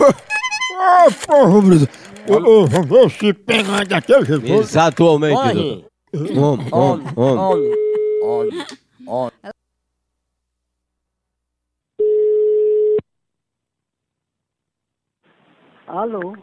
Ô, Ah, porra, Bruno. Ô, ô, vamos ver se pegar daquele jeito. Exatamente. Olhe, doutor. Homem, homem, homem. olhe, olhe, olhe. Alô,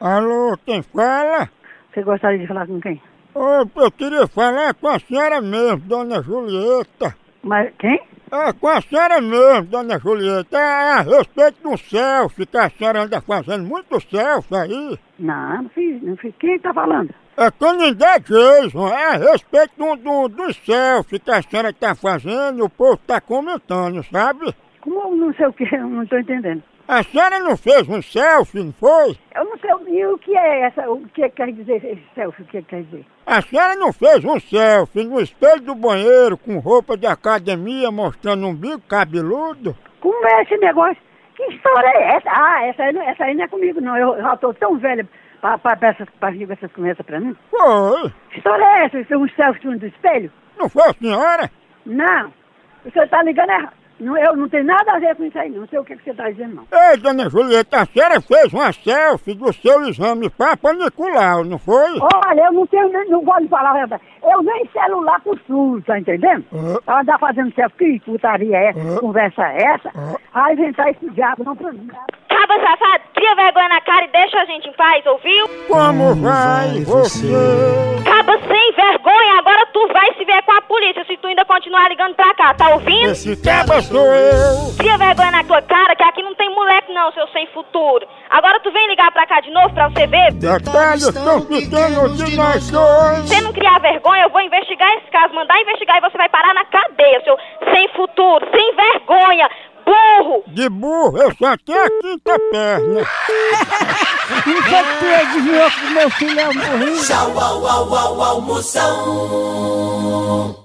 Alô, quem fala? você gostaria de falar com quem? Ô, eu queria falar com a senhora mesmo, dona Julieta. Mas quem? É, com a senhora mesmo, dona Julieta. É a respeito do selfie, que a senhora anda fazendo muito selfie aí. Não, não fiz, não fiz. Quem tá falando? É Canindé Jason, é a respeito do, do, do selfie que a senhora tá fazendo, o povo tá comentando, sabe? Como eu não sei o que, eu não tô entendendo. A senhora não fez um selfie, não foi? Eu não sei o, e o que é essa, o que é que quer dizer esse selfie, o que é que quer dizer? A senhora não fez um selfie no espelho do banheiro com roupa de academia mostrando um bico cabeludo? Como é esse negócio? Que história é essa? Ah, essa aí, não- essa aí não é comigo não, eu já tô tão velha pra, pra, pra essas, pra vir com essas conversas pra mim. Foi. Que história é essa? Isso é um selfie no espelho? Não foi a senhora? Não, o senhor tá ligando errado. Não, eu não tenho nada a ver com isso aí, não Não sei o que, que você tá dizendo não. Ei, dona Julieta, a senhora fez uma selfie do seu exame papanicular, não foi? Olha, eu não tenho, nem- não gosto de falar a verdade. Eu nem celular pro SUS, tá entendendo? Hã? Pra andar fazendo selfie, que putaria é essa, Hã? conversa é essa, Hã? aí inventar esse diabo, não pra mim. Caba safado, cria vergonha na cara e deixa a gente em paz, ouviu? Como Hum, vai você? Caba sem vergonha, agora tu vai se ver com a polícia se tu ainda continuar ligando pra cá, tá ouvindo? Esse caba sou eu. Cria vergonha na tua cara que aqui não tem moleque não, seu sem futuro. Agora tu vem ligar pra cá de novo pra você ver. Detalhes tão pequenos de nós dois. Se você não criar vergonha, eu vou investigar esse caso, mandar investigar e você vai parar na cadeia, seu sem futuro, sem vergonha, burro. De burro, eu só tenho a quinta perna. Não sei o que tu adivinhou que meu filho é um burrinho. Tchau, au, au, au, almoção.